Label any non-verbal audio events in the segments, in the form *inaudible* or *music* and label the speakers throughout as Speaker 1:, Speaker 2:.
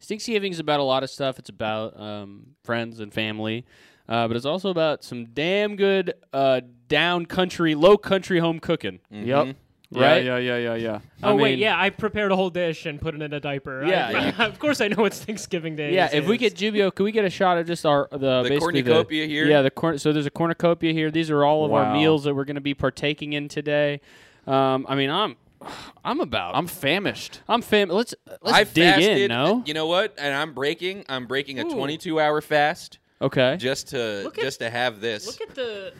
Speaker 1: Thanksgiving is about a lot of stuff. It's about um, friends and family, uh, but it's also about some damn good uh, down country, low country home cooking.
Speaker 2: Mm-hmm.
Speaker 3: Yep.
Speaker 1: Right?
Speaker 3: Yeah, yeah, yeah, yeah, yeah.
Speaker 1: I
Speaker 4: Oh wait,
Speaker 1: mean-
Speaker 4: yeah, I prepared a whole dish and put it in a diaper. I-
Speaker 1: Yeah,
Speaker 4: *laughs* of course I know it's Thanksgiving Day.
Speaker 1: Yeah,
Speaker 4: is-
Speaker 1: if we
Speaker 4: is.
Speaker 1: get Jubio, can we get a shot of just our the,
Speaker 2: The
Speaker 1: basically
Speaker 2: cornucopia here?
Speaker 1: Yeah, the corn. So there's a cornucopia here. These are all of our
Speaker 3: Wow.
Speaker 1: meals that we're going to be partaking in today. Um, I mean, I'm, I'm about, I'm,
Speaker 3: I'm famished.
Speaker 1: I'm fam. Let's let's
Speaker 2: I
Speaker 1: dig
Speaker 2: fasted.
Speaker 1: in. No,
Speaker 2: You know what? And I'm breaking. I'm breaking a
Speaker 4: Ooh.
Speaker 2: 22 hour fast
Speaker 1: okay,
Speaker 2: just to
Speaker 4: Look at-
Speaker 2: just to have this.
Speaker 4: look at the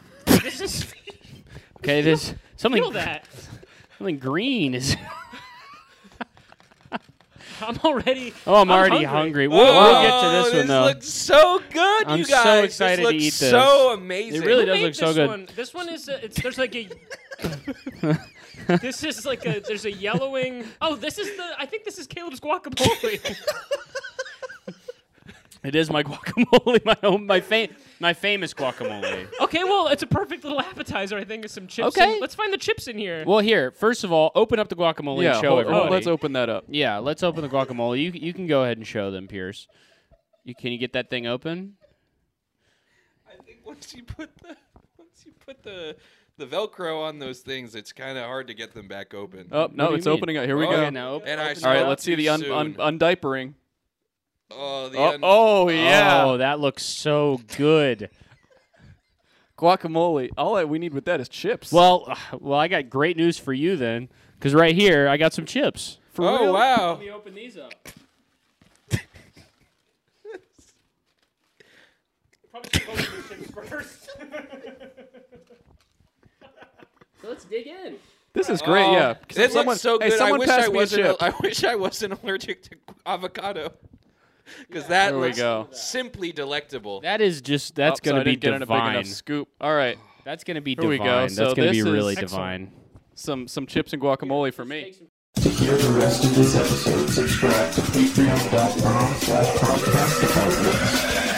Speaker 1: *laughs*
Speaker 4: this is
Speaker 1: okay. There's something
Speaker 4: *laughs* feel that
Speaker 1: something green is.
Speaker 4: I'm already
Speaker 1: Oh, I'm,
Speaker 4: I'm
Speaker 1: already hungry.
Speaker 4: hungry.
Speaker 1: We'll, we'll get to
Speaker 3: Oh,
Speaker 2: Whoa,
Speaker 1: this, one though.
Speaker 2: looks so good,
Speaker 1: I'm
Speaker 2: you
Speaker 1: so
Speaker 2: guys.
Speaker 1: excited to
Speaker 2: this looks
Speaker 1: eat this.
Speaker 2: So amazing.
Speaker 1: It really
Speaker 4: Who
Speaker 1: does
Speaker 4: made
Speaker 1: look so
Speaker 4: this
Speaker 1: good.
Speaker 4: One? This one is a, it's there's
Speaker 1: *laughs*
Speaker 4: like a this is like a there's a yellowing. Oh, this is the I think this is
Speaker 1: *laughs*
Speaker 4: Caleb's guacamole.
Speaker 1: it is my *laughs* guacamole, my own, my fam- my famous guacamole.
Speaker 4: okay, well it's a perfect little appetizer. I think with some chips.
Speaker 1: Okay.
Speaker 4: in- let's find the chips in here.
Speaker 1: well, here, first of all, open up the guacamole
Speaker 3: yeah,
Speaker 1: and show
Speaker 3: hold- hold-
Speaker 1: everybody.
Speaker 3: let's open that up.
Speaker 1: Yeah, let's open the guacamole. You you can go ahead and show them, Pierce. You can you get that thing open?
Speaker 2: I think once you put the once you put the the Velcro on those things, it's kind of hard to get them back open.
Speaker 3: Oh
Speaker 1: What do
Speaker 3: no,
Speaker 1: you
Speaker 3: it's
Speaker 1: mean?
Speaker 3: opening up. Here we
Speaker 2: Oh,
Speaker 3: go.
Speaker 1: Okay, now open,
Speaker 2: And I
Speaker 1: open
Speaker 3: All
Speaker 1: it
Speaker 3: right,
Speaker 1: up.
Speaker 3: let's see the un, un,
Speaker 2: Soon.
Speaker 3: undiapering.
Speaker 2: Oh, the
Speaker 3: Oh,
Speaker 2: un-
Speaker 3: oh yeah,
Speaker 1: Oh, that looks so good.
Speaker 3: guacamole. All I, we need with that is chips.
Speaker 1: Well, *sighs* uh, well, I got great news for you then, because right here I got some chips.
Speaker 3: for
Speaker 2: oh
Speaker 3: real.
Speaker 2: wow!
Speaker 1: me open these up. *laughs* So let's dig in.
Speaker 3: this is great.
Speaker 2: Oh,
Speaker 3: yeah,
Speaker 2: it
Speaker 3: So-
Speaker 2: looks
Speaker 3: someone,
Speaker 2: so
Speaker 3: hey,
Speaker 2: good. I
Speaker 3: someone
Speaker 2: wish
Speaker 3: passed
Speaker 2: I
Speaker 3: me a
Speaker 2: wasn't.
Speaker 3: chip.
Speaker 2: I wish I wasn't *laughs* allergic to avocado, because that
Speaker 3: There we
Speaker 2: looks
Speaker 3: go.
Speaker 2: simply delectable.
Speaker 1: That is just that's
Speaker 3: Oh, so
Speaker 1: gonna
Speaker 3: I
Speaker 1: be
Speaker 3: didn't get in a big enough
Speaker 1: divine.
Speaker 3: scoop. All right,
Speaker 1: That's gonna be
Speaker 3: Here we go.
Speaker 1: divine. That's
Speaker 3: So
Speaker 1: gonna be
Speaker 3: this is-
Speaker 1: really
Speaker 3: Excellent.
Speaker 1: divine.
Speaker 3: some some chips and guacamole for me.
Speaker 5: To hear the rest of this episode, subscribe to patreon.com slash podcast departments.